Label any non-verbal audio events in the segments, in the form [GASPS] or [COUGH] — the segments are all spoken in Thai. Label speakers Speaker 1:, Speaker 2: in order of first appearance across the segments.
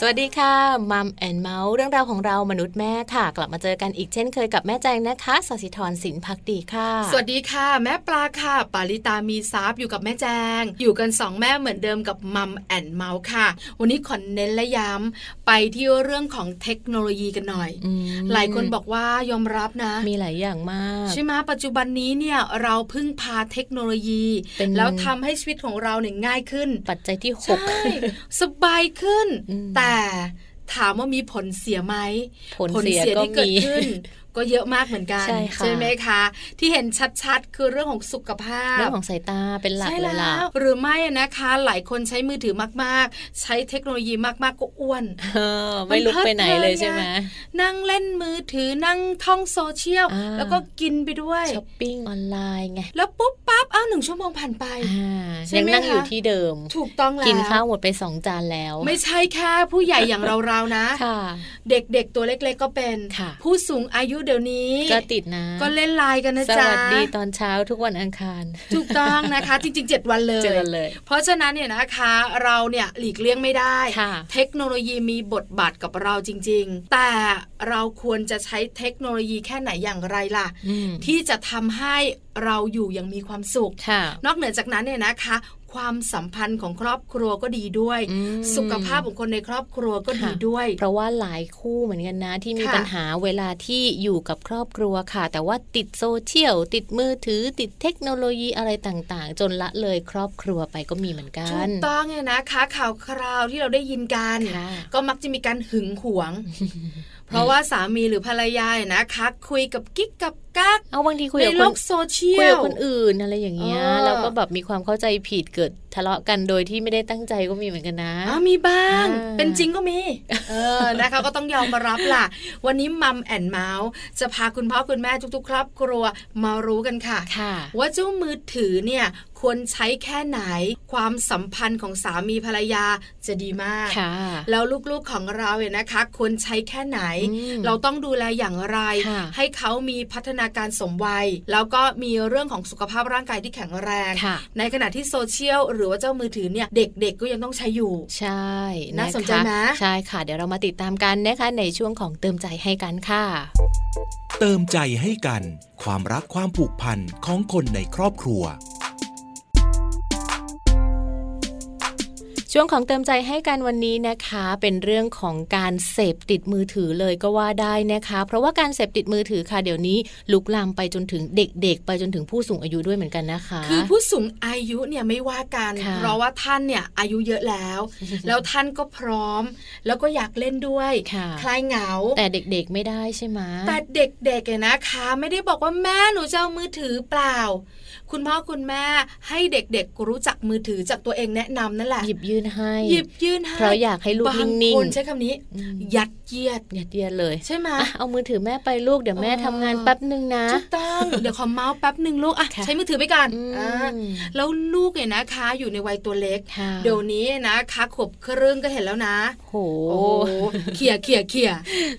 Speaker 1: สวัสดีค่ะมัมแอนเมาส์เรื่องราวของเรามนุษย์แม่ค่ะ กลับมาเจอกันอีกเช่นเคยกับแม่แจงนะคะสศิธรสินพักดีค่ะ
Speaker 2: สวัสดีค่ะ แม่ปลาค่ะ ปาริตามีซับอยู่กับแม่แจง อยู่กันสองแม่เหมือนเดิมกับมัมแอนเมาส์ค่ะ วันนี้ขอเน้นและย้ำไปที่เรื่องของเทคโนโลยีกันหน่อย
Speaker 1: อืม
Speaker 2: หลายคนบอกว่ายอมรับนะ
Speaker 1: มีหลายอย่างมาก
Speaker 2: ใช่ไหมปัจจุบันนี้เนี่ยเราพึ่งพาเทคโนโลยี
Speaker 1: เป็น
Speaker 2: แล้วทำให้ชีวิตของเราเนี่ยง่ายขึ้น
Speaker 1: ปัจจัยที่ห
Speaker 2: ใช่
Speaker 1: ก
Speaker 2: สบายขึ้น
Speaker 1: อืม
Speaker 2: แต่ถามว่ามีผลเสียไหม
Speaker 1: ผลเสียก็
Speaker 2: ที่เกิด
Speaker 1: มี
Speaker 2: ขึ้น ก็เยอะมากเหมือนกัน
Speaker 1: ใช่ค่ะ
Speaker 2: ไหมคะ ที่เห็นชัดๆ คือเรื่องของสุขภาพ
Speaker 1: เรื่องของสายตาเป็นหลัก
Speaker 2: ใช่
Speaker 1: เลยล่ะ
Speaker 2: แล้วหรือไม่อะนะคะ หลายคนใช้มือถือมากๆ ใช้เทคโนโลยีมากๆก็อ้วน
Speaker 1: เออ ไม่ลุกไปไหนเลยใช่ไหม
Speaker 2: นั่งเล่นมือถือนั่งท่องโซเชียล
Speaker 1: อ่า
Speaker 2: แล้วก็กินไปด้วย
Speaker 1: ช้อปปิ้งออนไลน์ไง
Speaker 2: แล้วปุ๊บปั๊บอ้าวหนึ่งชั่วโมงผ่านไป
Speaker 1: อ่า
Speaker 2: ใช่
Speaker 1: ยัง
Speaker 2: ไหม
Speaker 1: นั่งอยู่
Speaker 2: คะ
Speaker 1: ที่เดิม
Speaker 2: ถูกต้องแล้ว
Speaker 1: กินข้าวหมดไปสองจานแล้ว
Speaker 2: ไม่ใช่แค่ผู้ใหญ่อย่างเราๆนะ
Speaker 1: ค่ะ
Speaker 2: เด็กๆตัวเล็กๆก็เป็น
Speaker 1: ค่ะ
Speaker 2: ผู้สูงอายุเดี๋ยวนี้
Speaker 1: ก็ติดนะ
Speaker 2: ก็เล่นไลน์กันนะ
Speaker 1: ส
Speaker 2: จ๊ะ
Speaker 1: วัสดีตอนเช้าทุกวันอังคาร
Speaker 2: ถูกต้องนะคะ จริง ๆ 7 วันเลย
Speaker 1: เจอกันเลย
Speaker 2: เพราะฉะนั้นเนี่ยนะคะเราเนี่ยหลีกเลี่ยงไม่ได้
Speaker 1: ค่ะ
Speaker 2: เทคโนโลยีมีบทบาทกับเราจริง ๆ แต่เราควรจะใช้เทคโนโลยีแค่ไหนอย่างไรล่ะ
Speaker 1: อืม
Speaker 2: ที่จะทำให้เราอยู่อย่างมีความสุข
Speaker 1: ค่ะ
Speaker 2: นอกเหนือจากนั้นเนี่ยนะคะ ความสัมพันธ์ของครอบครัวก็ดีด้วย
Speaker 1: อืม
Speaker 2: สุขภาพของคนในครอบครัวก็ดีด้วย
Speaker 1: เพราะว่าหลายคู่เหมือนกันนะ ที่มี
Speaker 2: ค่ะ
Speaker 1: ปัญหาเวลาที่อยู่กับครอบครัวค่ะ แต่ว่าติดโซเชียล ติดมือถือ ติดเทคโนโลยีอะไรต่างๆ จนละเลยครอบครัวไปก็มีเหมือนกั
Speaker 2: ถู
Speaker 1: น
Speaker 2: กต้องเนี่ยนะคะข่าวคราวที่เราได้ยินกัน
Speaker 1: ค่ะ
Speaker 2: ก็มักจะมีการหึงหวง [LAUGHS] เพราะว่าสามีหรือภรรยาเนี่ยนะคะ คุยกับกิ๊กกับกัก
Speaker 1: เอาบางทีคุย
Speaker 2: ใน
Speaker 1: กับ
Speaker 2: โล
Speaker 1: คน
Speaker 2: กโซเชี
Speaker 1: คุย
Speaker 2: ย
Speaker 1: กับ
Speaker 2: ล
Speaker 1: คนอื่นอะไรอย่างเงี้ย
Speaker 2: เออ
Speaker 1: แล้วก็แบบมีความเข้าใจผิดเกิดทะเลาะกันโดยที่ไม่ได้ตั้งใจก็มีเหมือนกันนะ
Speaker 2: อ่ะมีบ้าง
Speaker 1: อ่า
Speaker 2: เป็นจริงก็มี เออนะคะ ก็ต้องยอมมารับล่ะ [LAUGHS] วันนี้มัมแอนเมาส์จะพาคุณพ่อคุณแม่ทุกๆ ครอบครัวมารู้กันค่ะ
Speaker 1: ค่ะ
Speaker 2: ว่าเจ้ามือถือเนี่ยควรใช้แค่ไหน ความสัมพันธ์ของสามีภรรยาจะดีมาก
Speaker 1: ค่ะ
Speaker 2: แล้วลูกๆของเราเนี่ยนะคะควรใช้แค่ไหน
Speaker 1: อืม
Speaker 2: เราต้องดูแลอย่างไร
Speaker 1: ค่ะ
Speaker 2: ให้เขามีพัฒนาการสมวัย แล้วก็มีเรื่องของสุขภาพร่างกายที่แข็งแรง
Speaker 1: ค่ะ
Speaker 2: ในขณะที่โซเชียลหรือว่าเจ้ามือถือเนี่ยเด็กๆก็ยังต้องใช้อยู่
Speaker 1: ใช่
Speaker 2: น่าสนใจนะ
Speaker 1: ใช่ค่ะ เดี๋ยวเรามาติดตามกันนะคะในช่วงของเติมใจให้กันค่ะ
Speaker 3: เติมใจให้กัน ความรักความผูกพันของคนในครอบครัว
Speaker 1: ช่วงของเติมใจให้กันวันนี้นะคะ เป็นเรื่องของการเสพติดมือถือเลยก็ว่าได้นะคะ เพราะว่าการเสพติดมือถือค่ะเดี๋ยวนี้ลุกลามไปจนถึงเด็ก ๆ ไปจนถึงผู้สูงอายุด้วยเหมือนกันนะคะ
Speaker 2: คือผู้สูงอายุเนี่ยไม่ว่ากัน
Speaker 1: ค่ะ
Speaker 2: เพราะว่าท่านเนี่ยอายุเยอะแล้ว
Speaker 1: [LAUGHS]
Speaker 2: แล้วท่านก็พร้อม แล้วก็อยากเล่นด้วย
Speaker 1: ค่ะ
Speaker 2: ลายเหงา
Speaker 1: แต่เด็กๆไม่ได้ใช่ไหม
Speaker 2: แต่เด็กๆเนี่ยนะคะ ไม่ได้บอกว่าแม่หนูจะเอามือถือเปล่า คุณพ่อคุณแม่ให้เด็กๆรู้จักมือถือจากตัวเองแนะนำนั่นแหละ
Speaker 1: หยิบยื่นให้
Speaker 2: หยิบยื่นให้
Speaker 1: เพราะอยากให้ลูก
Speaker 2: บาง
Speaker 1: นิ่ง
Speaker 2: คนใช้คำนี้
Speaker 1: ๆอืม
Speaker 2: ยัดเยียด
Speaker 1: อย่าเดียดเลย
Speaker 2: ใช่ไหม
Speaker 1: อ่ะเอามือถือแม่ไปลูกเดี๋ยวแม่
Speaker 2: เออ
Speaker 1: ทำงานแป๊บหนึ่งนะ
Speaker 2: ถูกต้อง เดี๋ยวขอเมาส์แป๊บหนึ่งลูกอะ
Speaker 1: ค่ะ
Speaker 2: ใช้มือถือไปก่อน
Speaker 1: อืม
Speaker 2: อ่าแล้วลูกเนี่ยนะคะ อยู่ในวัยตัวเล็ก
Speaker 1: ค่ะ
Speaker 2: เดี๋ยวนี้นะคะขวบครึ่งก็เห็นแล้วนะ
Speaker 1: โห
Speaker 2: โอ้โหเขี่ยเขี่ยเขี่ย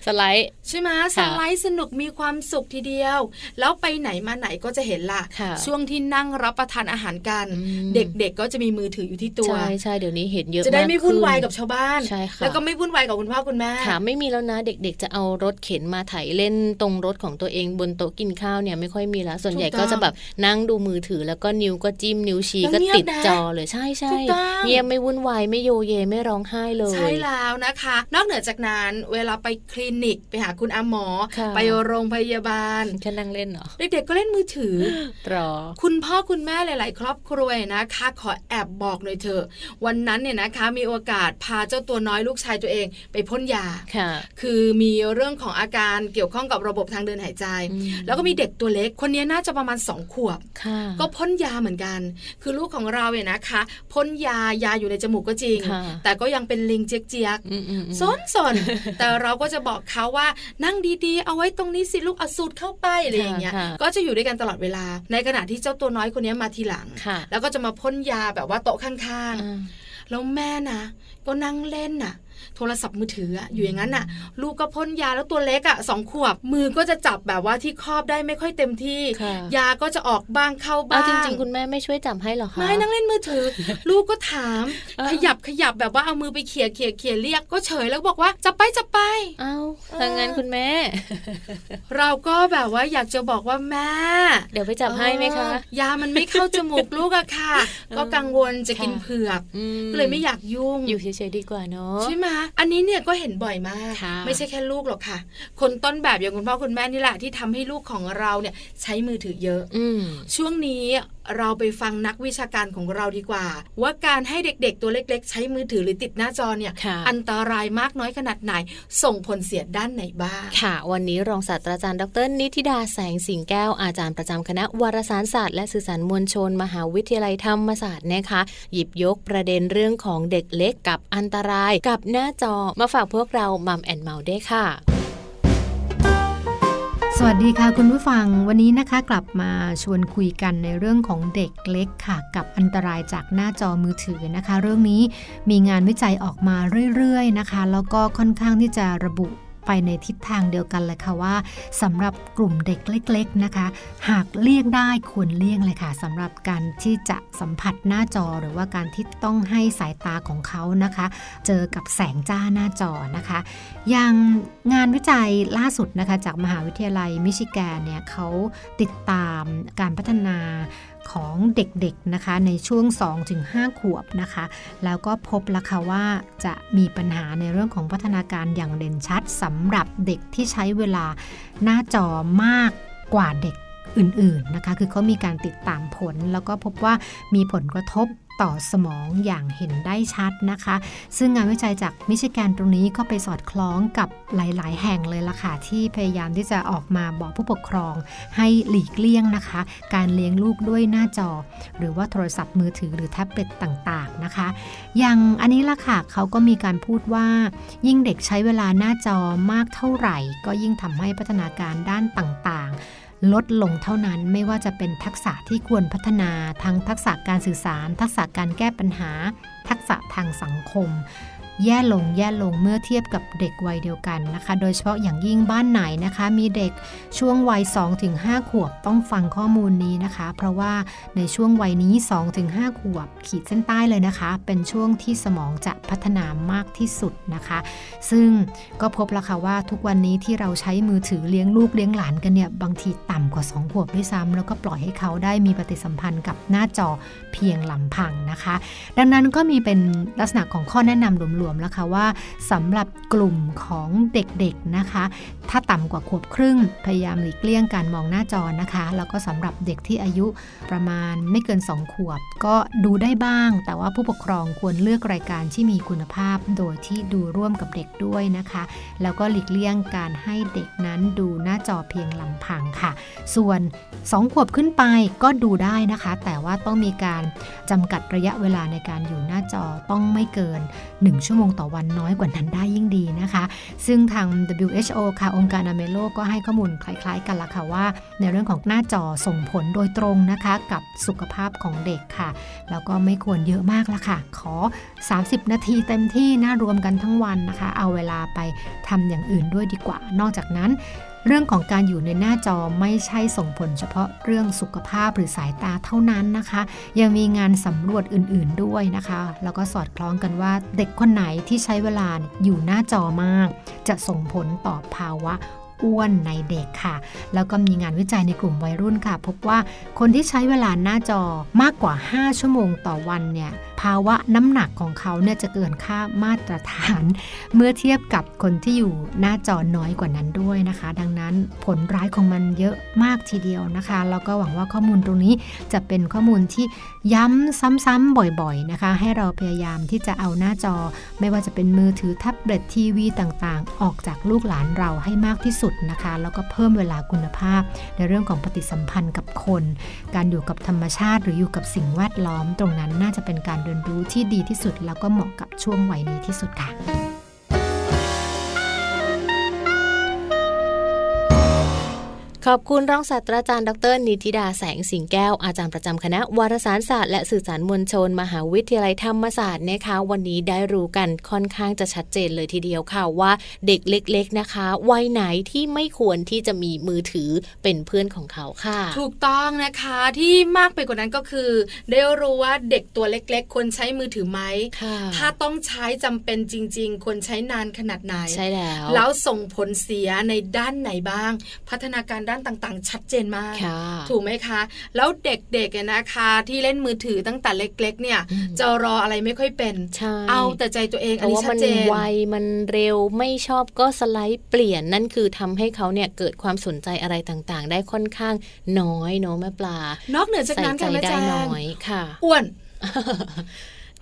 Speaker 1: สไลด์
Speaker 2: ใช่ไหมยสไลด์สนุกมีความสุขทีเดียว แล้วไปไหนมาไหนก็จะเห็นล่ะ
Speaker 1: ค่ะ
Speaker 2: ช่วงที่นั่งรับประทานอาหารกัน
Speaker 1: อืม
Speaker 2: เด็กๆก็จะมีมือถืออยู่ที่ตัว
Speaker 1: ใช่ใช่เดี๋ยวนี้เห็นเย
Speaker 2: จะได้
Speaker 1: อะาก
Speaker 2: ไม่วุ่นวาย
Speaker 1: ขึ้
Speaker 2: กับชาวบ้าน
Speaker 1: ใช่ค่ะ
Speaker 2: แล้วก็ไม่วุ่นวายกับคุณพ่อคุณแม่
Speaker 1: ค่ะไม่มีแล้วนะเด็กๆ จะเอารถเข็นมาไถเล่นตรงรถของตัวเองบนโต๊ะกินข้าวเนี่ยไม่ค่อยมีแล้ว ส่วนใหญ่
Speaker 2: ถูกต้
Speaker 1: ก็
Speaker 2: อง
Speaker 1: จะแบบนั่งดูมือถือแล้วก็นิ้วก็จิ้มนิ้วชี้
Speaker 2: แล้ว
Speaker 1: ก็
Speaker 2: เงียบ
Speaker 1: ติด
Speaker 2: นะ
Speaker 1: จอเลยใช่ใช่
Speaker 2: ถูกต้อง
Speaker 1: เงียบไม่วุ่นวายไม่โยเยไม่ร้องไห้เลย
Speaker 2: ใช่แล้วนะคะ นอกเหนือจากนั้นเวลาไปคลินิกไปหาคุณอาหมอ
Speaker 1: ค่ะ
Speaker 2: ไปโรงพยาบาล
Speaker 1: แค่นั่งเล่นเหรอ
Speaker 2: เด็กๆก็เล่นมือถือ [GASPS]
Speaker 1: รอ
Speaker 2: คุณพ่อคุณแม่หลาย ๆ ครอบครัวนะคะ ขอแอบบอกหน่อยเถอะ วันนั้นเนี่ยนะคะ มีโอกาสพาเจ้าตัวน้อยลูกชายตัวเอง ไปพ่นยา
Speaker 1: ค่ะ
Speaker 2: คือมีเรื่องของอาการเกี่ยวข้องกับระบบทางเดินหายใจ
Speaker 1: อืม
Speaker 2: แล้วก็มีเด็กตัวเล็ก คนนี้น่าจะประมาณสองขวบ
Speaker 1: ค่ะ
Speaker 2: ก็พ่นยาเหมือนกัน คือลูกของเราเนี่ยนะคะพ่นยายาอยู่ในจมูกก็จริง
Speaker 1: ค่ะ
Speaker 2: แต่ก็ยังเป็นลิงเจี๊ยก
Speaker 1: อืมอืมอืม
Speaker 2: ๆซนสนๆ แต่เราก็จะบอกเขาว่านั่งดีๆ เอาไว้ตรงนี้สิลูกเอาสูตรเข้าไปอะไรอย่างเงี้ย
Speaker 1: ค่ะ
Speaker 2: ก็จะอยู่ด้วยกันตลอดเวลา ในขณะที่เจ้าตัวน้อยคนเนี้ยมาทีหลัง
Speaker 1: ค่ะ
Speaker 2: แล้วก็จะมาพ่นยาแบบว่าโต๊ะข้าง
Speaker 1: อ่า
Speaker 2: ๆ แล้วแม่นะ ก็นั่งเล่นน่ะ โทรศัพท์มือถืออะอยู่อย่างนั้นน่ะ ลูกก็พ่นยาแล้วตัวเล็กอ่ะสองขวบ มือก็จะจับแบบว่าที่ครอบได้ไม่ค่อยเต็มที่
Speaker 1: ค่ะ
Speaker 2: ยาก็จะออกบ้างเข้า
Speaker 1: เอา
Speaker 2: บ้าง
Speaker 1: จริง ๆ คุณแม่ไม่ช่วยจับให้หรอคะ
Speaker 2: ไม่นั่งเล่นมือ
Speaker 1: [LAUGHS]
Speaker 2: ถือ ลูกก็ถาม
Speaker 1: เออ
Speaker 2: ขยับขยับแบบว่าเอามือไปเขี่ยเขี่ยเขี่ยเรียกก็เฉยแล้วบอกว่าจะไปจะไป
Speaker 1: เอาทางงานคุณแม่
Speaker 2: เราก็แบบว่าอยากจะบอกว่าแม่
Speaker 1: เดี๋ยวไปจับให้ไหมคะ
Speaker 2: เออยามันไม่เข้าจมูกลูกอะ
Speaker 1: [LAUGHS]
Speaker 2: ค่ะ ก็กังวลจะกิน
Speaker 1: ค่ะ
Speaker 2: เผือก
Speaker 1: อื
Speaker 2: ก็เลยไม่อยากยุ่ง
Speaker 1: อยู่เฉยๆดีกว่าเนาะ
Speaker 2: ใช่ไหมอันนี้เนี่ยก็เห็นบ่อยมาก
Speaker 1: ค่ะ
Speaker 2: ไม่ใช่แค่ลูกหรอกค่ะ คนต้นแบบอย่างคุณพ่อคุณแม่นี่แหละที่ทำให้ลูกของเราเนี่ยใช้มือถือเยอะ
Speaker 1: อืม
Speaker 2: ช่วงนี้เราไปฟังนักวิชาการของเราดีกว่า ว่าการให้เด็กๆ ตัวเล็กๆ ใช้มือถือหรือติดหน้าจอเนี่ย
Speaker 1: ค่ะ
Speaker 2: อันตรายมากน้อยขนาดไหน ส่งผลเสียด้านไหนบ้าง
Speaker 1: ค่ะ วันนี้รองศาสตราจารย์ดร นิติดาแสงสิงแก้วอาจารย์ประจำคณะวารสารศาสตร์และสื่อสารมวลชน มหาวิทยาลัยธรรมศาสตร์นะคะ หยิบยกประเด็นเรื่องของเด็กเล็กกับอันตรายกับหน้าจอมาฝากพวกเรามัมแอนเมาส์ด้วยค่ะ
Speaker 4: สวัสดีค่ะคุณผู้ฟังวันนี้นะคะกลับมาชวนคุยกันในเรื่องของเด็กเล็กค่ะ กับอันตรายจากหน้าจอมือถือนะคะ เรื่องนี้มีงานวิจัยออกมาเรื่อยๆนะคะ แล้วก็ค่อนข้างที่จะระบุไปในทิศทางเดียวกันเลยค่ะว่าสำหรับกลุ่มเด็กเล็ก ๆนะคะ หากเลี่ยงได้ควรเลี่ยงเลยค่ะสำหรับการที่จะสัมผัสหน้าจอหรือว่าการที่ต้องให้สายตาของเขานะคะ เจอกับแสงจ้าหน้าจอนะคะ อย่างงานวิจัยล่าสุดนะคะจากมหาวิทยาลัยมิชิแกนเนี่ยเขาติดตามการพัฒนาของเด็กๆนะคะในช่วง 2-5 ขวบนะคะ แล้วก็พบและค่ะว่าจะมีปัญหาในเรื่องของพัฒนาการอย่างเด่นชัดสำหรับเด็กที่ใช้เวลาหน้าจอมากกว่าเด็กอื่นๆนะคะ คือเขามีการติดตามผล แล้วก็พบว่ามีผลกระทบต่อสมองอย่างเห็นได้ชัดนะคะ ซึ่งงานวิจัยจากมิชิแกนตรงนี้ก็ไปสอดคล้องกับหลาย ๆ แห่งเลยล่ะค่ะ ที่พยายามที่จะออกมาบอกผู้ปกครอง ให้หลีกเลี่ยงนะคะ การเลี้ยงลูกด้วยหน้าจอ หรือว่าโทรศัพท์มือถือหรือแท็บเล็ตต่าง ๆ นะคะ อย่างอันนี้ล่ะค่ะเขาก็มีการพูดว่า ยิ่งเด็กใช้เวลาหน้าจอมากเท่าไหร่ ก็ยิ่งทำให้พัฒนาการด้านต่าง ๆ ลดลงเท่านั้นไม่ว่าจะเป็นทักษะที่ควรพัฒนาทั้งทักษะการสื่อสาร ทักษะการแก้ปัญหา ทักษะทางสังคม แย่ลงแย่ลงเมื่อเทียบกับเด็กวัยเดียวกันนะคะ โดยเฉพาะอย่างยิ่งบ้านไหนนะคะ มีเด็กช่วงวัย 2-5 ขวบต้องฟังข้อมูลนี้นะคะ เพราะว่าในช่วงวัยนี้ 2-5 ขวบ ขีดเส้นใต้เลยนะคะ เป็นช่วงที่สมองจะพัฒนามากที่สุดนะคะ ซึ่งก็พบแล้วค่ะว่าทุกวันนี้ที่เราใช้มือถือเลี้ยงลูกเลี้ยงหลานกันเนี่ยบางทีต่ำกว่า 2 ขวบด้วยซ้ำแล้วก็ปล่อยให้เขาได้มีปฏิสัมพันธ์กับหน้าจอเพียงลำพังนะคะ ดังนั้นก็มีเป็นลักษณะของข้อแนะนำรวมๆแล้วค่ะว่าสำหรับกลุ่มของเด็กๆนะคะ ถ้าต่ำกว่าขวบครึ่ง พยายามหลีกเลี่ยงการมองหน้าจอนะคะ แล้วก็สำหรับเด็กที่อายุประมาณไม่เกิน 2 ขวบ ก็ดูได้บ้าง แต่ว่าผู้ปกครองควรเลือกรายการที่มีคุณภาพ โดยที่ดูร่วมกับเด็กด้วยนะคะ แล้วก็หลีกเลี่ยงการให้เด็กนั้นดูหน้าจอเพียงลำพังค่ะ ส่วน 2 ขวบขึ้นไปก็ดูได้นะคะ แต่ว่าต้องมีการจำกัดระยะเวลาในการอยู่หน้าจอต้องไม่เกิน 1 ชั่วโมงต่อวันน้อยกว่านั้นได้ยิ่งดีนะคะ ซึ่งทาง WHO ค่ะองค์การอนามัยโลกก็ให้ข้อมูลคล้ายๆกันละค่ะว่า ในเรื่องของหน้าจอส่งผลโดยตรงนะคะ กับสุขภาพของเด็กค่ะ แล้วก็ไม่ควรเยอะมากละค่ะ ขอ 30 นาทีเต็มที่น่ารวมกันทั้งวันนะคะ เอาเวลาไปทำอย่างอื่นด้วยดีกว่า นอกจากนั้น เรื่องของการอยู่ในหน้าจอไม่ใช่ส่งผลเฉพาะเรื่องสุขภาพหรือสายตาเท่านั้นนะคะ ยังมีงานสำรวจอื่นๆด้วยนะคะ แล้วก็สอดคล้องกันว่าเด็กคนไหนที่ใช้เวลาอยู่หน้าจอมาก จะส่งผลต่อภาวะอ้วนในเด็กค่ะ แล้วก็มีงานวิจัยในกลุ่มวัยรุ่นค่ะ พบว่าคนที่ใช้เวลาหน้าจอมากกว่า 5 ชั่วโมงต่อวันเนี่ยภาวะน้ำหนักของเขาเนี่ยจะเกินค่ามาตรฐาน เมื่อเทียบกับคนที่อยู่หน้าจอน้อยกว่านั้นด้วยนะคะ ดังนั้นผลร้ายของมันเยอะมากทีเดียวนะคะ แล้วก็หวังว่าข้อมูลตรงนี้จะเป็นข้อมูลที่ย้ำซ้ำๆบ่อยๆนะคะ ให้เราพยายามที่จะเอาหน้าจอ ไม่ว่าจะเป็นมือถือแท็บเล็ตทีวีต่างๆ ออกจากลูกหลานเราให้มากที่สุดนะคะ แล้วก็เพิ่มเวลาคุณภาพ ในเรื่องของปฏิสัมพันธ์กับคน การอยู่กับธรรมชาติ หรืออยู่กับสิ่งแวดล้อม ตรงนั้นน่าจะเป็นการเรียนรู้ที่ดีที่สุด แล้วก็เหมาะกับช่วงวัยนี้ที่สุดค่ะ
Speaker 1: ข ขอบคุณรองศาสตราจารย์ดรนิติดาแสงสิงแก้วอาจารย์ประจำคณะวารสารศาสตร์และสื่อสารมวลชน มหาวิทยาลัยธรรมศาสตร์นะคะ วันนี้ได้รู้กันค่อนข้างจะชัดเจนเลยทีเดียวค่ะว่าเด็กเล็ก ๆนะคะวัยไหนที่ไม่ควรที่จะมีมือถือเป็นเพื่อนของเขาค่ะ
Speaker 2: ถูกต้องนะคะที่มากไปกว่านั้นก็คือ ได้รู้ว่าเด็กตัวเล็กๆ ควรใช้มือถือไหม
Speaker 1: ค่ะ
Speaker 2: ถ้าต้องใช้จำเป็นจริง ๆ ควรใช้นานขนาดไหน
Speaker 1: ใช่แล้ว
Speaker 2: แล้วส่งผลเสียในด้านไหนบ้าง พัฒนาการด้านต่างๆ ชัดเจนมาก
Speaker 1: ค่ะ
Speaker 2: ถูกไหมคะ แล้วเด็กๆเนี่ยนะคะที่เล่นมือถือตั้งแต่เล็ก ๆ เนี่ย
Speaker 1: อืม
Speaker 2: จะรออะไรไม่ค่อยเป็น
Speaker 1: ใช่
Speaker 2: เอาแต่ใจตัวเอง
Speaker 1: เพ
Speaker 2: อัน
Speaker 1: ราะ
Speaker 2: นี้
Speaker 1: ว่า
Speaker 2: ชั
Speaker 1: มั
Speaker 2: ด
Speaker 1: น
Speaker 2: เจน
Speaker 1: ไวมันเร็วไม่ชอบก็สไลด์เปลี่ยนนั่นคือทำให้เขาเนี่ยเกิดความสนใจอะไรต่างๆ ได้ค่อนข้างน้อยเนาะแม่ปลาน
Speaker 2: อกเหนือจาก
Speaker 1: ใส่
Speaker 2: นั้น
Speaker 1: ใจ
Speaker 2: ค่ะแม่
Speaker 1: ได้
Speaker 2: แจง
Speaker 1: น้อยค่ะ
Speaker 2: อ้วน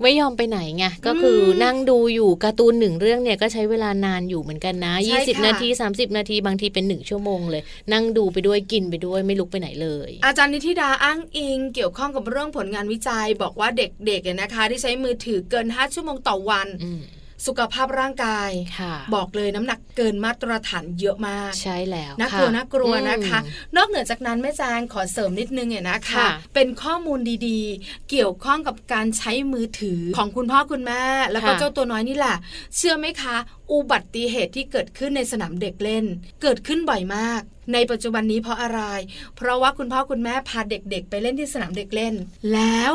Speaker 1: ไม่ยอมไปไหนไงก็คืออ
Speaker 2: ม
Speaker 1: นั่งดูอยู่การ์ตูนหนึ่งเรื่องเนี่ยก็ใช้เวลานานอยู่เหมือนกันนะ
Speaker 2: ใช่ค่ะ
Speaker 1: 20 นาที 30 นาทีบางทีเป็นหนึ่งชั่วโมงเลย นั่งดูไปด้วยกินไปด้วยไม่ลุกไปไหนเลย
Speaker 2: อาจารย์นิธิดาอ้างอิง เกี่ยวข้องกับเรื่องผลงานวิจัย บอกว่าเด็กๆเนี่ยนะคะ ที่ใช้มือถือเกิน 5 ชั่วโมงต่อวัน
Speaker 1: อืม
Speaker 2: สุขภาพร่างกาย
Speaker 1: ค่ะ
Speaker 2: บอกเลยน้ำหนักเกินมาตรฐานเยอะมาก
Speaker 1: ใช่แล้ว
Speaker 2: น่าก
Speaker 1: ค่ะ
Speaker 2: ลัวน่ากลัวนะคะ
Speaker 1: อืม
Speaker 2: นอกเหนือจากนั้นแม่แจางขอเสริมนิดนึงเนี่ยนะคะ
Speaker 1: ค่ะ
Speaker 2: เป็นข้อมูลดีๆ เกี่ยวข้องกับการใช้มือถือของคุณพ่อคุณแม่ แล้วก็
Speaker 1: ค่ะ
Speaker 2: เจ้าตัวน้อยนี่แหละ เชื่อไหมคะ อุบัติเหตุที่เกิดขึ้นในสนามเด็กเล่น เกิดขึ้นบ่อยมาก ในปัจจุบันนี้เพราะอะไร เพราะว่าคุณพ่อคุณแม่พาเด็กๆ ไปเล่นที่สนามเด็กเล่น แล้ว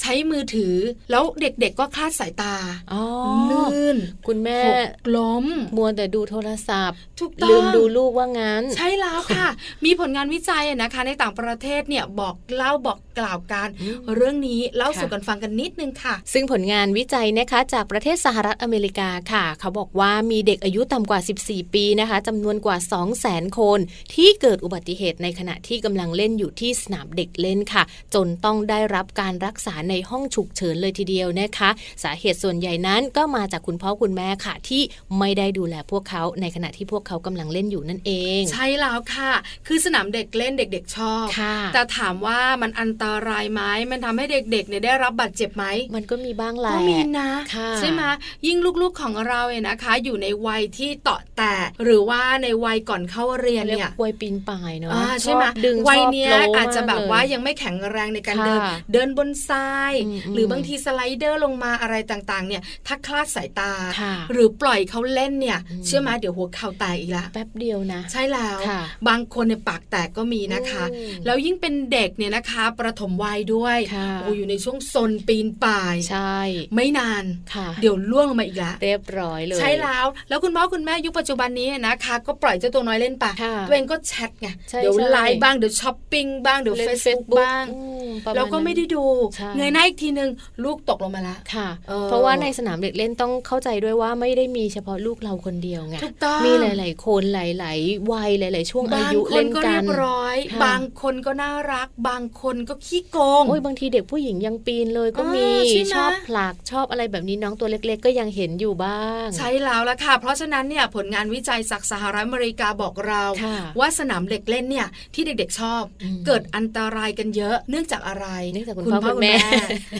Speaker 2: ใช้มือถือแล้วเด็กๆ ก็คลาดสายตา
Speaker 1: อ๋อ
Speaker 2: ลื่น
Speaker 1: คุณแม่
Speaker 2: หกล้ม
Speaker 1: มัวแต่ดูโทรศัพท์
Speaker 2: ถูกต้อง
Speaker 1: ลืมดูลูกว่างั้น
Speaker 2: ใช่แล้ว
Speaker 1: [LAUGHS]
Speaker 2: ค่ะ มีผลงานวิจัยอะนะคะ ในต่างประเทศเนี่ยบอกเล่าบอกกล่าวการ
Speaker 1: อืม
Speaker 2: เรื่องนี้เล่า
Speaker 1: ค่ะ
Speaker 2: สู่กันฟังกันนิดนึงค่ะ
Speaker 1: ซึ่งผลงานวิจัยนะคะจากประเทศสหรัฐอเมริกาค่ะ เขาบอกว่ามีเด็กอายุต่ำกว่า 14 ปีนะคะจำนวนกว่า 200,000 คน ที่เกิดอุบัติเหตุในขณะที่กำลังเล่นอยู่ที่สนามเด็กเล่นค่ะ จนต้องได้รับการรักษาในห้องฉุกเฉินเลยทีเดียวนะคะ สาเหตุส่วนใหญ่นั้นก็มาจากคุณพ่อคุณแม่ค่ะ ที่ไม่ได้ดูแลพวกเขาในขณะที่พวกเขากำลังเล่นอยู่นั่นเอง
Speaker 2: ใช่แล้วค่ะ คือสนามเด็กเล่นเด็ก ๆ ชอบ
Speaker 1: ค่ะ
Speaker 2: แต่ถามว่ามันอันตรายไหมมันทำให้เด็กๆเนี่ยได้รับบาดเจ็บไหม
Speaker 1: มันก็มีบ้างแหละ
Speaker 2: ก็มีนะ
Speaker 1: ค่ะ
Speaker 2: ใช่ไหมยิ่งลูกๆของเราเนี่ยนะคะ อยู่ในวัยที่เตาะแตะหรือว่าในวัยก่อนเข้าเรียน
Speaker 1: เรีย
Speaker 2: เนี่ย
Speaker 1: กวัยปีนป่ายเนาะ
Speaker 2: อ่า
Speaker 1: ช
Speaker 2: ใช่
Speaker 1: อบ
Speaker 2: ไหม
Speaker 1: ดึง
Speaker 2: วัย
Speaker 1: ชอบ
Speaker 2: เนี้ย
Speaker 1: โล
Speaker 2: อาจจะ
Speaker 1: มก
Speaker 2: แบบว่า
Speaker 1: เล
Speaker 2: ยังไม่แข็งแรงในการเดิน
Speaker 1: ค่ะ
Speaker 2: เดินบนทราย
Speaker 1: อืมอืม
Speaker 2: หรือบางทีสไลเดอร์ลงมาอะไรต่างๆ เนี่ยถ้าคลาดสายตา
Speaker 1: ค่ะ
Speaker 2: หรือปล่อยเขาเล่นเนี่ย
Speaker 1: อืม
Speaker 2: เชื่อไหมเดี๋ยวหัวเข่าแตกอีกละ
Speaker 1: แป๊บเดียวนะ
Speaker 2: ใช่แล้ว
Speaker 1: ค่ะ
Speaker 2: บางคนเนี่ยปากแตกก็มีนะคะ
Speaker 1: อืม
Speaker 2: แล้วยิ่งเป็นเด็กเนี่ยนะคะประถมวัยด้วย
Speaker 1: ค่ะ
Speaker 2: โอ้อยู่ในช่วงซนปีนป่าย
Speaker 1: ใช่
Speaker 2: ไม่นาน
Speaker 1: ค่ะ
Speaker 2: เดี๋ยวล่วงลงมาอีกละ
Speaker 1: เรียบร้อยเลย
Speaker 2: ใช่แล้ว แล้วคุณพ่อคุณแม่ยุคปัจจุบันนี้นะคะ ก็ปล่อยเจ้าตัวน้อยเล่นไป
Speaker 1: ค่ะ
Speaker 2: ตัวเองก็แชทไง
Speaker 1: ใช่
Speaker 2: เดี๋ยว
Speaker 1: ใช่
Speaker 2: ไลน์บ้างเดี๋ยวช้อปปิ้งบ้างเดี๋ยว
Speaker 1: ล่น
Speaker 2: เฟซ
Speaker 1: Facebook
Speaker 2: บุ๊กบ้าง
Speaker 1: อืมประาณ
Speaker 2: แล้วก็ไม่ได้
Speaker 1: นั้น
Speaker 2: ดู
Speaker 1: ใช่
Speaker 2: เงยหน้าอีกทีนึง ลูกตกลงมาละ
Speaker 1: ค่ะ
Speaker 2: เออ
Speaker 1: เพราะว่าในสนามเด็กเล่นต้องเข้าใจด้วยว่าไม่ได้มีเฉพาะลูกเราคนเดียวไง
Speaker 2: ถูกต้อง
Speaker 1: มีหลาย ๆ คนหลาย ๆ วัยหลาย ๆ ช่วงอา
Speaker 2: บาง
Speaker 1: ยุ
Speaker 2: คน
Speaker 1: เล่น
Speaker 2: ก็
Speaker 1: กั
Speaker 2: เรี
Speaker 1: น
Speaker 2: ยบร้อย
Speaker 1: ค่ะ
Speaker 2: บางคนก็น่ารัก บางคนก็ขี้โกง
Speaker 1: โอ้ยบางทีเด็กผู้หญิงยังปีนเลยก็มี
Speaker 2: อ่าใช่ไหม
Speaker 1: ชอบผลักชอบอะไรแบบนี้น้องตัวเล็ก ๆ ก็ยังเห็นอยู่บ้าง
Speaker 2: ใช่แล้วละค่ะ เพราะฉะนั้นเนี่ยผลงานวิจัยจากสหรัฐอเมริกาบอกเรา
Speaker 1: ค่ะ
Speaker 2: ว่าสนามเด็กเล่นเนี่ยที่เด็กๆชอบ
Speaker 1: อืม
Speaker 2: เกิดอันตรายกันเยอะเนื่องจากอะไร
Speaker 1: เนื่องจากคุณพ่อคุณแม่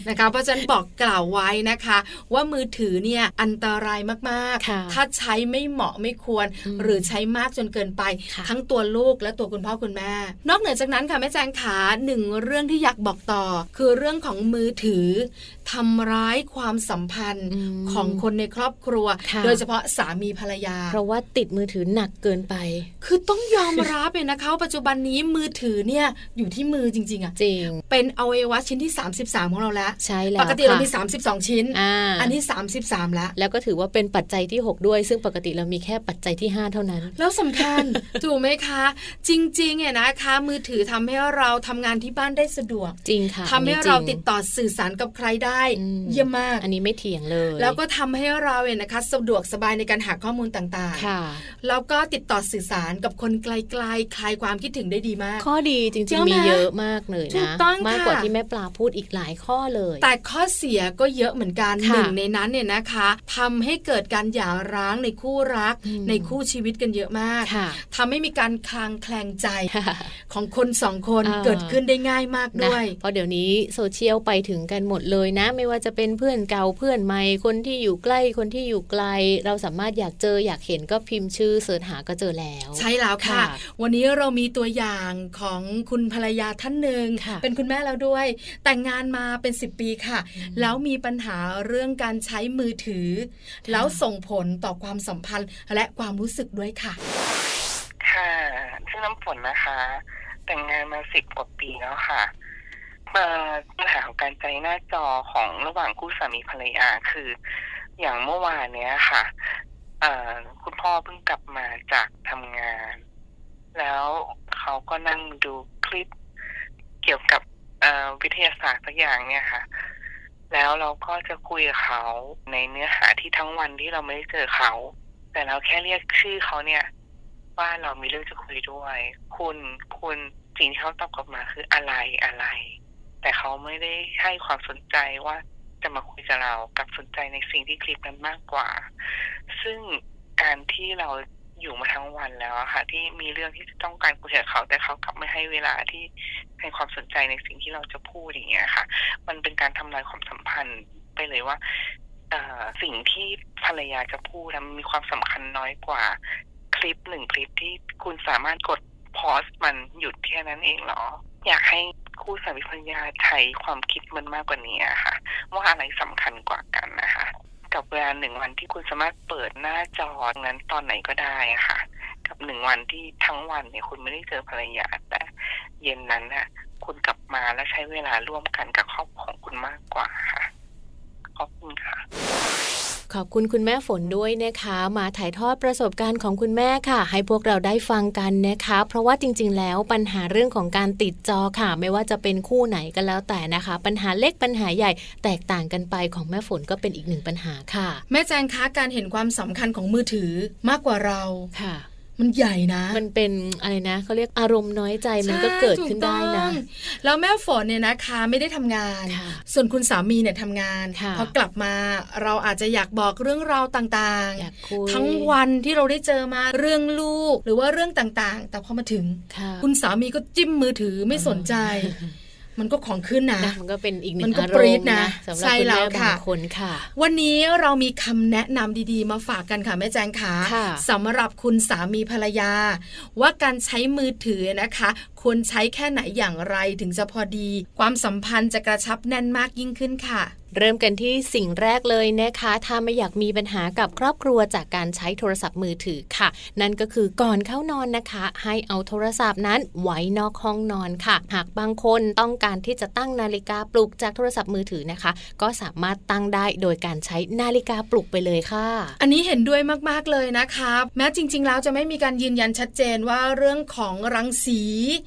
Speaker 2: นะคะเพราะฉะนั้นบอกกล่าวไว้นะคะ ว่ามือถือเนี่ยอันตรายมาก
Speaker 1: ค่ะ
Speaker 2: ๆ ถ้าใช้ไม่เหมาะไม่ควร
Speaker 1: อืม
Speaker 2: หรือใช้มากจนเกินไป
Speaker 1: ค่ะ
Speaker 2: ทั้งตัวลูกและตัวคุณพ่อคุณแม่ นอกเหนือจากนั้นค่ะแม่แจงขาหนึ่งเรื่องที่อยากบอกต่อ คือเรื่องของมือถือทำร้ายความสัมพันธ์
Speaker 1: ม
Speaker 2: ของคนในครอบครัว
Speaker 1: ค่ะ
Speaker 2: โดยเฉพาะสามีภรรยา
Speaker 1: เพราะว่าติดมือถือหนักเกินไป
Speaker 2: คือต้องยอมรับเลยนะคะว่าปัจจุบันนี้มือถือเนี่ยอยู่ที่มือจริง ๆอะ
Speaker 1: จริง
Speaker 2: เป็นอวัยวะชิ้นที่ 33 ของเราแล้ว
Speaker 1: ใช่แล้ว
Speaker 2: ปกติเรา
Speaker 1: ค่ะ
Speaker 2: มี 32 ชิ้น
Speaker 1: อ่า
Speaker 2: อันนี้ 33 แล้ว
Speaker 1: แล้วก็ถือว่าเป็นปัจจัยที่ 6 ด้วย ซึ่งปกติเรามีแค่ปัจจัยที่ 5 เท่านั้น
Speaker 2: แล้วสำคัญ ถูกไหมคะ จริงๆเนี่ยนะคะ มือถือทำให้เราทำงานที่บ้านได้สะดวก
Speaker 1: จริงค่ะ
Speaker 2: ทำให้
Speaker 1: อันนี้จ
Speaker 2: เรา
Speaker 1: ง
Speaker 2: ติดต่อสื่อสารกับใครได้
Speaker 1: อืม
Speaker 2: เยี่ยมมาก
Speaker 1: อันนี้ไม่เถียงเลย
Speaker 2: แล้วก็ทำให้เราเนี่ยนะคะสะดวกสบายในการหาข้อมูลต่างๆ
Speaker 1: ค่ะ
Speaker 2: แล้วก็ติดต่อสื่อสารกับคนไกลๆ คลายความคิดถึงได้ดีมาก
Speaker 1: ข้อดีจริ
Speaker 2: เจ้าง นะ
Speaker 1: ๆ มีเยอะมากเลย
Speaker 2: ถู
Speaker 1: นะ
Speaker 2: กต้อง
Speaker 1: มาก
Speaker 2: ค่ะ
Speaker 1: กว่าที่แม่ปลาพูดอีกหลายข้อเลย
Speaker 2: แต่ข้อเสียก็เยอะเหมือนกัน
Speaker 1: ค่ะ
Speaker 2: หนึ่งในนั้นเนี่ยนะคะทำให้เกิดการหย่าร้างในคู่รัก
Speaker 1: อืม
Speaker 2: ในคู่ชีวิตกันเยอะมาก
Speaker 1: ค่ะ
Speaker 2: ทำให้มีการคลางแคลงใจของคนสองคน
Speaker 1: อ่า
Speaker 2: เกิดขึ้นได้ง่ายมาก
Speaker 1: นะ
Speaker 2: ด้วย
Speaker 1: เพราะเดี๋ยวนี้โซเชียลไปถึงกันหมดเลยนะ นะ ไม่ว่าจะเป็นเพื่อนเก่าเพื่อนใหม่คนที่อยู่ใกล้คนที่อยู่ไกล เราสามารถอยากเจออยากเห็นก็พิมพ์ชื่อเสิร์ชหาก็เจอแล้ว
Speaker 2: ใช่แล้วค่ะ
Speaker 1: ค่ะ
Speaker 2: วันนี้เรามีตัวอย่างของคุณภรรยาท่านหนึ่ง
Speaker 1: ค่ะ
Speaker 2: เป็นคุณแม่แล้วด้วย แต่งงานมาเป็น 10 ปีค่ะ แล้วมีปัญหาเรื่องการใช้มือถือ แล้วส่งผลต่อความสัมพันธ์และความรู้สึกด้วยค่ะ
Speaker 5: ค่ะชื่อน้ำฝนนะคะ แต่งงานมาสิบกว่าปีแล้วค่ะเอ่อปัญหาของการใจหน้าจอของระหว่างคู่สามีภรรยาคือ อย่างเมื่อวานเนี้ยค่ะเอ่อคุณพ่อเพิ่งกลับมาจากทำงาน แล้วเขาก็นั่งดูคลิปเกี่ยวกับเอ่อวิทยาศาสตร์สักอย่างเนี่ยค่ะ แล้วเราก็จะคุยกับเขาในเนื้อหาที่ทั้งวันที่เราไม่ได้เจอเขา แต่เราแค่เรียกชื่อเขาเนี่ย ว่าเรามีเรื่องจะคุยด้วย คุณคุณสิ่งที่เขาตอบกลับมาคืออะไรอะไร แต่เขาไม่ได้ให้ความสนใจว่าจะมาคุยกับเรากลับสนใจในสิ่งที่คลิปนั้นมากกว่า ซึ่งการที่เราอยู่มาทั้งวันแล้วอะค่ะ ที่มีเรื่องที่ต้องการคุยกับเขา แต่เขากลับไม่ให้เวลาที่ให้ความสนใจในสิ่งที่เราจะพูดอย่างเงี้ยค่ะ มันเป็นการทำลายความสัมพันธ์ไปเลยว่าเอ่อสิ่งที่ภรรยาจะพูดนะมันมีความสำคัญน้อยกว่า คลิปหนึ่งคลิปที่คุณสามารถกดพอสมันหยุดแค่นั้นเองเหรอ อยากให้คู่สามีภรรยาใช้ความคิดมันมากกว่านี้อะค่ะ ว่าอะไรสำคัญกว่ากันนะคะ กับเวลาหนึ่งวันที่คุณสามารถเปิดหน้าจอนั้นตอนไหนก็ได้อะค่ะ กับหนึ่งวันที่ทั้งวันเนี่ยคุณไม่ได้เจอภรรยาแต่เย็นนั้นนะคุณกลับมาแล้วใช้เวลาร่วมกันกับครอบครัวของคุณมากกว่าค่ะขอบคุณค่ะ
Speaker 1: ขอบคุณคุณแม่ฝนด้วยนะคะ มาถ่ายทอดประสบการณ์ของคุณแม่ค่ะ ให้พวกเราได้ฟังกันนะคะ เพราะว่าจริง ๆ แล้วปัญหาเรื่องของการติดจอค่ะ ไม่ว่าจะเป็นคู่ไหนก็แล้วแต่นะคะ ปัญหาเล็กปัญหาใหญ่แตกต่างกันไปของแม่ฝนก็เป็นอีกหนึ่งปัญหาค่ะ
Speaker 2: แม่แจงคะการเห็นความสำคัญของมือถือมากกว่าเรา
Speaker 1: ค่ะ
Speaker 2: มันใหญ่นะ
Speaker 1: มันเป็นอะไรนะเขาเรียกอารมณ์น้อยใจมันก็
Speaker 2: ใช่
Speaker 1: เกิด
Speaker 2: ถู
Speaker 1: ขึ้นได้นะ
Speaker 2: ต้องแล้วแม่ฝนเนี่ยนะคะไม่ได้ทำงาน
Speaker 1: ค่ะ
Speaker 2: ส่วนคุณสามีเนี่ยทำงาน
Speaker 1: ค่ะ
Speaker 2: พอกลับมาเราอาจจะอยากบอกเรื่องราวต่าง
Speaker 1: อยากคุย
Speaker 2: ๆ ทั้งวันที่เราได้เจอมาเรื่องลูกหรือว่าเรื่องต่างๆ แต่พอมาถึง
Speaker 1: ค่ะ
Speaker 2: คุณสามีก็จิ้มมือถือไม่สนใจ
Speaker 1: อืม
Speaker 2: มันก็ของขึ้นนะ
Speaker 1: นะมันก็เป็นอีกหนึ่
Speaker 2: มั
Speaker 1: ง
Speaker 2: นก็
Speaker 1: อาร
Speaker 2: ปรี๊
Speaker 1: ม
Speaker 2: ด
Speaker 1: ณ์
Speaker 2: นะ
Speaker 1: นะสำหรับ
Speaker 2: ใช่
Speaker 1: คุณ
Speaker 2: แล้ว
Speaker 1: แม่บา
Speaker 2: ค่ะ
Speaker 1: งคนค่ะ
Speaker 2: วันนี้เรามีคำแนะนำดีๆ มาฝากกันค่ะแม่แจงขา
Speaker 1: ค่ะ
Speaker 2: สำหรับคุณสามีภรรยา ว่าการใช้มือถือนะคะ ควรใช้แค่ไหนอย่างไรถึงจะพอดี ความสัมพันธ์จะกระชับแน่นมากยิ่งขึ้นค่ะ
Speaker 1: เริ่มกันที่สิ่งแรกเลยนะคะ ถ้าไม่อยากมีปัญหากับครอบครัวจากการใช้โทรศัพท์มือถือค่ะ นั่นก็คือก่อนเข้านอนนะคะ ให้เอาโทรศัพท์นั้นไว้นอกห้องนอนค่ะ หากบางคนต้องการที่จะตั้งนาฬิกาปลุกจากโทรศัพท์มือถือนะคะ ก็สามารถตั้งได้โดยการใช้นาฬิกาปลุกไปเลยค่ะ
Speaker 2: อันนี้เห็นด้วยมาก ๆ เลยนะคะแม้จริง ๆ แล้วจะไม่มีการยืนยันชัดเจนว่าเรื่องของรังสี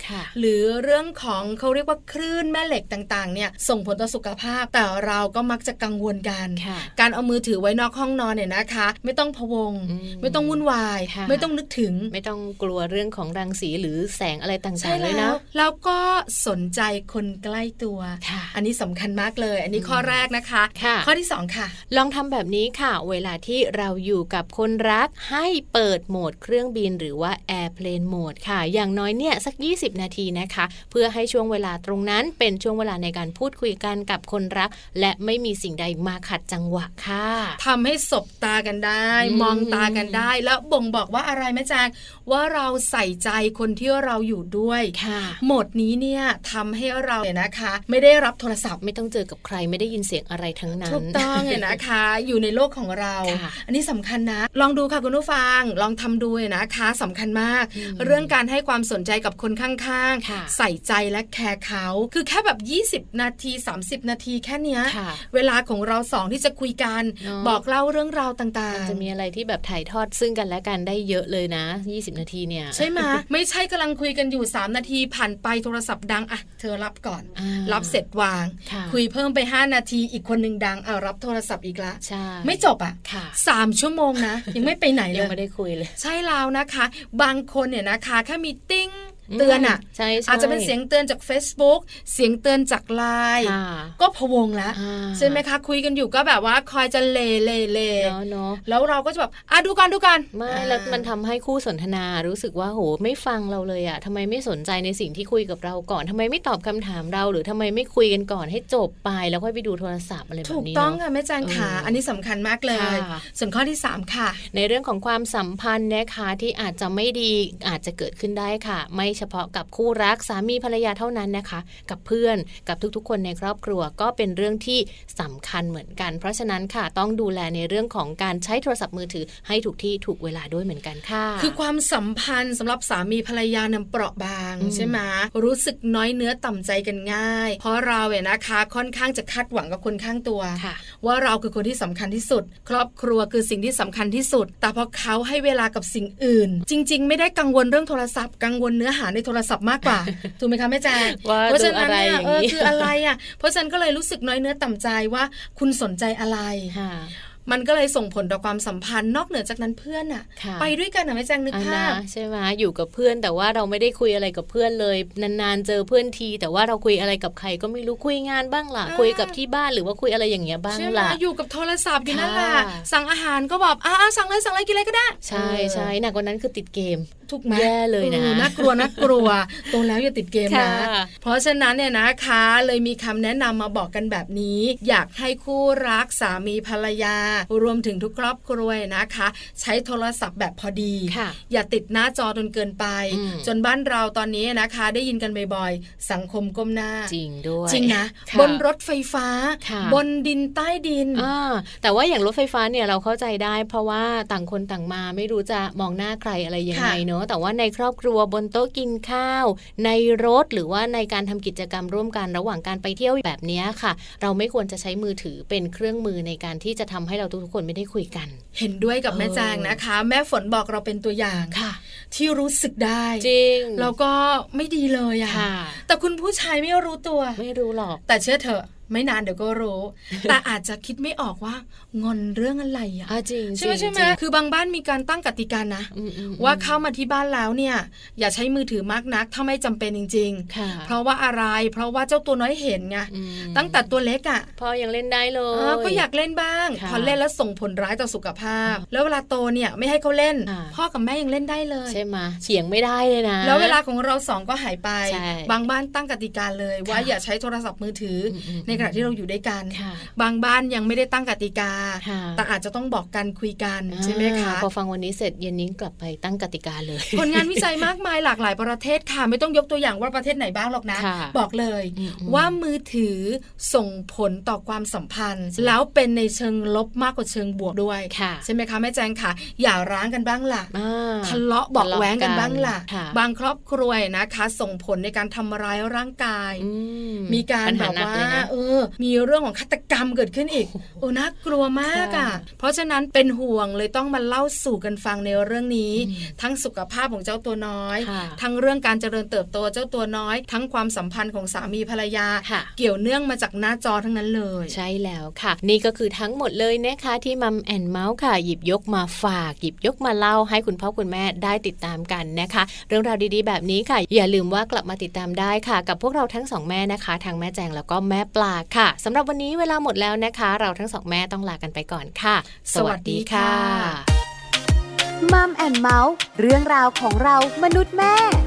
Speaker 1: ค่ะ
Speaker 2: หรือเรื่องของเขาเรียกว่าคลื่นแม่เหล็กต่างๆ เนี่ยส่งผลต่อสุขภาพ แต่เราก็มักจะกังวลกัน
Speaker 1: ค่ะ
Speaker 2: การเอามือถือไว้นอกห้องนอนเนี่ยนะคะ ไม่ต้องพะวง
Speaker 1: อืม
Speaker 2: ไม่ต้องวุ่นวาย
Speaker 1: ค่ะ
Speaker 2: ไม่ต้องนึกถึง
Speaker 1: ไม่ต้องกลัวเรื่องของรังสีหรือแสงอะไรต่างๆเลยนะ
Speaker 2: แล้วก็สนใจคนใกล้ตัว
Speaker 1: ค่ะ
Speaker 2: อันนี้สำคัญมากเลย อันนี้ข้อแรกนะคะ
Speaker 1: ค่ะ
Speaker 2: ข้อที่ 2 ค่ะ
Speaker 1: ลองทำแบบนี้ค่ะ เวลาที่เราอยู่กับคนรักให้เปิดโหมดเครื่องบินหรือว่า Airplane Mode ค่ะ อย่างน้อยเนี่ยสัก 20 นาทีนะคะ เพื่อให้ช่วงเวลาตรงนั้นเป็นช่วงเวลาในการพูดคุยกันกับคนรัก และไม่มีสิ่งใดมาขัดจังหวะค่ะ
Speaker 2: ทำให้สบตากันได้
Speaker 1: อืม
Speaker 2: มองตากันได้ แล้วบ่งบอกว่าอะไรแม่แจางว่าเราใส่ใจคนที่เราอยู่ด้วย
Speaker 1: ค่ะ
Speaker 2: โหมดนี้เนี่ยทำให้เราเนี่ยนะคะ ไม่ได้รับโทรศัพท์
Speaker 1: ไม่ต้องเจอกับใครไม่ได้ยินเสียงอะไรทั้งนั้น
Speaker 2: ถูกต้องเลยนะคะ อยู่ในโลกของเรา
Speaker 1: ค่ะ
Speaker 2: อันนี้สำคัญนะ ลองดูค่ะคุณผู้ฟัง ลองทำดูเลยนะคะสำคัญมาก
Speaker 1: อืม
Speaker 2: เรื่องการให้ความสนใจกับคนข้าง
Speaker 1: ค่ะ
Speaker 2: ๆ ใส่ใจและแคร์เขา คือแค่แบบ 20 นาที 30 นาทีแค่เนี้ย
Speaker 1: ค่ะ
Speaker 2: เวลาของเราสองที่จะคุยกัน
Speaker 1: เนอะ
Speaker 2: บอกเล่าเรื่องราวต่าง
Speaker 1: มัน
Speaker 2: ๆ
Speaker 1: จะมีอะไรที่แบบถ่ายทอดซึ่งกันและกันได้เยอะเลยนะ 20 นาทีเนี่ย
Speaker 2: ใช่ไหม ไม่ใช่กำลังคุยกันอยู่ 3 นาทีผ่านไปโทรศัพท์ดังอ่ะเธอรับก่อน
Speaker 1: อ่า
Speaker 2: รับเสร็จวาง
Speaker 1: ค่ะ
Speaker 2: คุยเพิ่มไป 5 นาทีอีกคนหนึ่งดังเอารับโทรศัพท์อีกละ
Speaker 1: ใช่
Speaker 2: ไม่จบอ่ะ
Speaker 1: ค่ะ
Speaker 2: สามชั่วโมงนะ ยังไม่ไปไหนเล
Speaker 1: ยัง
Speaker 2: ย
Speaker 1: ไม่ได้คุยเลย
Speaker 2: ใช่แล้วนะคะ บางคนเนี่ยนะคะแค่มีติ้ง
Speaker 1: ม
Speaker 2: เตือนอ่ะ
Speaker 1: ใช่ใช่
Speaker 2: อาจจะเป็นเสียงเตือนจาก Facebook เสียงเตือนจากไลน์
Speaker 1: ค่ะ
Speaker 2: ก็พะวงแล้ว
Speaker 1: อ่า
Speaker 2: ใช่ไหมคะ คุยกันอยู่ก็แบบว่าคอยจะเลเลเล
Speaker 1: เนาะเนาะ
Speaker 2: แล้วเราก็จะแบบอ่ะดูกันดูกัน
Speaker 1: ไม่
Speaker 2: อ่า
Speaker 1: แล้วมันทำให้คู่สนทนารู้สึกว่าโหไม่ฟังเราเลยอะทำไมไม่สนใจในสิ่งที่คุยกับเราก่อนทำไมไม่ตอบคำถามเรา หรือทำไมไม่คุยกันก่อนให้จบไปแล้วค่อยไปดูโทรศัพท์อะไรแบบ
Speaker 2: ถูก
Speaker 1: นี้
Speaker 2: ต้อง
Speaker 1: เนาะ
Speaker 2: ค่ะแม่แจงขา
Speaker 1: เอออั
Speaker 2: อันนี้สำคัญมากเลย
Speaker 1: ค่ะ
Speaker 2: ส่วนข้อที่ 3 ค่ะ
Speaker 1: ในเรื่องของความสัมพันธ์นะคะที่อาจจะไม่ดีอาจจะเกิดขึ้นได้ค่ะ ไม่เฉพาะกับคู่รักสามีภรรยาเท่านั้นนะคะ กับเพื่อนกับทุกๆ คนในครอบครัวก็เป็นเรื่องที่สำคัญเหมือนกัน เพราะฉะนั้นค่ะต้องดูแลในเรื่องของการใช้โทรศัพท์มือถือให้ถูกที่ถูกเวลาด้วยเหมือนกันค่ะ
Speaker 2: คือความสัมพันธ์สำหรับสามีภรรยานํเปราะบาง
Speaker 1: อืม
Speaker 2: ใช่ไหมรู้สึกน้อยเนื้อต่ำใจกันง่าย เพราะเราเนี่ยนะคะ ค่อนข้างจะคาดหวังกับคนข้างตัว
Speaker 1: ค่ะ
Speaker 2: ว่าเราคือคนที่สำคัญที่สุด ครอบครัวคือสิ่งที่สำคัญที่สุด แต่พอเขาให้เวลากับสิ่งอื่น จริง ๆ ไม่ได้กังวลเรื่องโทรศัพท์ กังวลเนื้อหาในโทรศัพท์มาก
Speaker 1: [LAUGHS]
Speaker 2: กว่า ถูกไหมคะแม่แจง
Speaker 1: ว่า
Speaker 2: เพราะฉะ
Speaker 1: ดู
Speaker 2: นั้น
Speaker 1: อะไรอ
Speaker 2: เนี่ย
Speaker 1: ย่าง
Speaker 2: เอ
Speaker 1: นี้
Speaker 2: อคืออะไรอ่ะเพราะฉะนั้นก็เลยรู้สึกน้อยเนื้อต่ำใจว่าคุณสนใจอะไร
Speaker 1: ค่ะ
Speaker 2: มันก็เลยส่งผลต่อความสัมพันธ์นอกเหนือจากนั้นเพื่อนอ่ะ
Speaker 1: ค่ะ
Speaker 2: ไปด้วยกันนะแม่แจงนึก
Speaker 1: อัน
Speaker 2: ภา
Speaker 1: นะ
Speaker 2: พ
Speaker 1: ใช่ไหมอยู่กับเพื่อนแต่ว่าเราไม่ได้คุยอะไรกับเพื่อนเลย นานๆเจอเพื่อนที แต่ว่าเราคุยอะไรกับใครก็ไม่รู้คุยงานบ้างล่ะ
Speaker 2: อ่า
Speaker 1: คุยกับที่บ้านหรือว่าคุยอะไรอย่างเงี้ยบ้าง
Speaker 2: ใช่ไหม
Speaker 1: ล่ะ
Speaker 2: อยู่กับโทรศัพท์อยู่นั่นแหละ
Speaker 1: ค่ะ
Speaker 2: สั่งอาหารก็แบบอ้าสั่งเลยสั่งเลยกินอะไรก็ได้
Speaker 1: ใช่ใช่หนักกว่านั้นคือติดเกม
Speaker 2: ถูกไหม
Speaker 1: แย่เลยนะ
Speaker 2: ออน่ากลัวน่ากลัวโตแล้วอย่าติดเกมนะ
Speaker 1: ค่ะ
Speaker 2: เพราะฉะนั้นเนี่ยนะคะ เลยมีคำแนะนำมาบอกกันแบบนี้ อยากให้คู่รักสามีภรรยา รวมถึงทุกครอบครัวนะคะ ใช้โทรศัพท์แบบพอดี
Speaker 1: ค่ะ
Speaker 2: อย่าติดหน้าจอจนเกินไป
Speaker 1: อืม
Speaker 2: จนบ้านเราตอนนี้นะคะ ได้ยินกันบ่อยๆสังคมก้มหน้า
Speaker 1: จริงด้วย
Speaker 2: จริงนะ
Speaker 1: ค่
Speaker 2: บนรถไฟฟ้า
Speaker 1: ค่ะ
Speaker 2: บนดินใต้ดิน
Speaker 1: อ่าแต่ว่าอย่างรถไฟฟ้าเนี่ยเราเข้าใจได้ เพราะว่าต่างคนต่างมาไม่รู้จะมองหน้าใครอะไรยังไง
Speaker 2: ค่ะ
Speaker 1: เนอะแต่ว่าในครอบครัวบนโต๊ะกินข้าว ในรถหรือว่าในการทำกิจกรรมร่วมกันระหว่างการไปเที่ยวแบบเนี้ยค่ะ เราไม่ควรจะใช้มือถือเป็นเครื่องมือในการที่จะทำให้เราทุกๆคนไม่ได้คุยกัน
Speaker 2: เห็นด้วยกับแม่
Speaker 1: เออ
Speaker 2: จางนะคะ แม่ฝนบอกเราเป็นตัวอย่าง
Speaker 1: ค่ะ
Speaker 2: ที่รู้สึกได้
Speaker 1: จริง
Speaker 2: แล้วก็ไม่ดีเลยอะ
Speaker 1: ค่ะ
Speaker 2: แต่คุณผู้ชายไม่รู้ตัว
Speaker 1: ไม่รู้หรอก
Speaker 2: แต่เชื่อเถอะไม่นานเดี๋ยวก็
Speaker 1: [LAUGHS]
Speaker 2: รู้ แต่อาจจะคิดไม่ออกว่างอนเรื่องอะไรอะ
Speaker 1: อ่ะจริง
Speaker 2: ใช่ไหม
Speaker 1: จริ
Speaker 2: ใช่
Speaker 1: ง
Speaker 2: ไหม
Speaker 1: จริง
Speaker 2: คือบางบ้านมีการตั้งกติกานะ
Speaker 1: อืมอืม
Speaker 2: ว่าเข้ามาที่บ้านแล้วเนี่ย อย่าใช้มือถือมากนักถ้าไม่จำเป็นจริง
Speaker 1: ค่ะ
Speaker 2: ๆ เพราะว่าอะไร เพราะว่าเจ้าตัวน้อยเห็นไง
Speaker 1: อืม
Speaker 2: ตั้งแต่ตัวเล็กอ่ะ
Speaker 1: พ่อยังเล่นได้เลย
Speaker 2: เออก็อยากเล่นบ้าง
Speaker 1: ค่ะ
Speaker 2: พอเล่นแล้วส่งผลร้ายต่อสุขภาพ
Speaker 1: อ่า
Speaker 2: แล้วเวลาโตเนี่ยไม่ให้เขาเล่น
Speaker 1: อ่า
Speaker 2: พ่อกับแม่ยังเล่นได้เลย
Speaker 1: ใช่ไหมเฉียงไม่ได้เลยนะ
Speaker 2: แล้วเวลาของเราสองก็หายไป
Speaker 1: ใช่
Speaker 2: บางบ้านตั้งกติกาเลย ว่า
Speaker 1: ค่ะ
Speaker 2: อย่าใช้โทรศัพท์มือถืออ
Speaker 1: มๆ
Speaker 2: ในขณะที่เราอยู่ด้วยกัน
Speaker 1: ค่ะ
Speaker 2: บางบ้านยังไม่ได้ตั้งกติกา
Speaker 1: ค่ะ
Speaker 2: แต่อาจจะต้องบอกกันคุยกันใช่ไหมคะ
Speaker 1: อ่าพอฟังวันนี้เสร็จเย็นนี้กลับไปตั้งกติกาเลย
Speaker 2: ผลงานวิจัยมากมายหลากหลายประเทศค่ะ ไม่ต้องยกตัวอย่างว่าประเทศไหนบ้างหรอกนะ
Speaker 1: ค่ะ
Speaker 2: บอกเลย
Speaker 1: อืมๆ
Speaker 2: ว่ามือถือส่งผลต่อความสัมพันธ์ แล้วเป็นในเชิงลบมากกว่าเชิงบวกด้วย
Speaker 1: ค่ะ
Speaker 2: ใช่ไหมคะแม่แจงค่ะ อย่าร้างกันบ้างล่ะ
Speaker 1: อ่า
Speaker 2: ทะเลาะเบอกแว้งกันบ้างล่ะ
Speaker 1: ค่ะ
Speaker 2: บางครอบครัวนะคะ ส่งผลในการทำร้ายร่างกาย
Speaker 1: อื
Speaker 2: มีการ
Speaker 1: ปัญ
Speaker 2: แบ
Speaker 1: ห
Speaker 2: บ
Speaker 1: หนั
Speaker 2: ว่า
Speaker 1: เลยนะ
Speaker 2: เออ มีเรื่องของฆาตกรรมเกิดขึ้นอีก โอ้น่ากลัวมาก
Speaker 1: ค่ะ
Speaker 2: อ่ะ เพราะฉะนั้นเป็นห่วงเลยต้องมาเล่าสู่กันฟังในเรื่องนี้
Speaker 1: อืม
Speaker 2: ทั้งสุขภาพของเจ้าตัวน้อย
Speaker 1: ค่ะ
Speaker 2: ทั้งเรื่องการเจริญเติบโตเจ้าตัวน้อย ทั้งความสัมพันธ์ของสามีภรรยา
Speaker 1: ค่ะ
Speaker 2: เกี่ยวเนื่องมาจากหน้าจอทั้งนั้นเลย
Speaker 1: ใช่แล้วค่ะ นี่ก็คือทั้งหมดเลยนะคะที่มัมแอนเมาส์ค่ะ หยิบยกมาฝาก หยิบยกมาเล่าให้คุณพ่อคุณแม่ได้ติดตามกันนะคะ เรื่องราวดีๆแบบนี้ค่ะ อย่าลืมว่ากลับมาติดตามได้ค่ะ กับพวกเราทั้งสองแม่นะคะทางแม่แจงแล้วก็แม่ปลาค่ะสำหรับวันนี้เวลาหมดแล้วนะคะ เราทั้งสองแม่ต้องลากันไปก่อนค่ะ สวัสดีค่ะ
Speaker 6: มัมแอนเมาส์เรื่องราวของเรามนุษย์แม่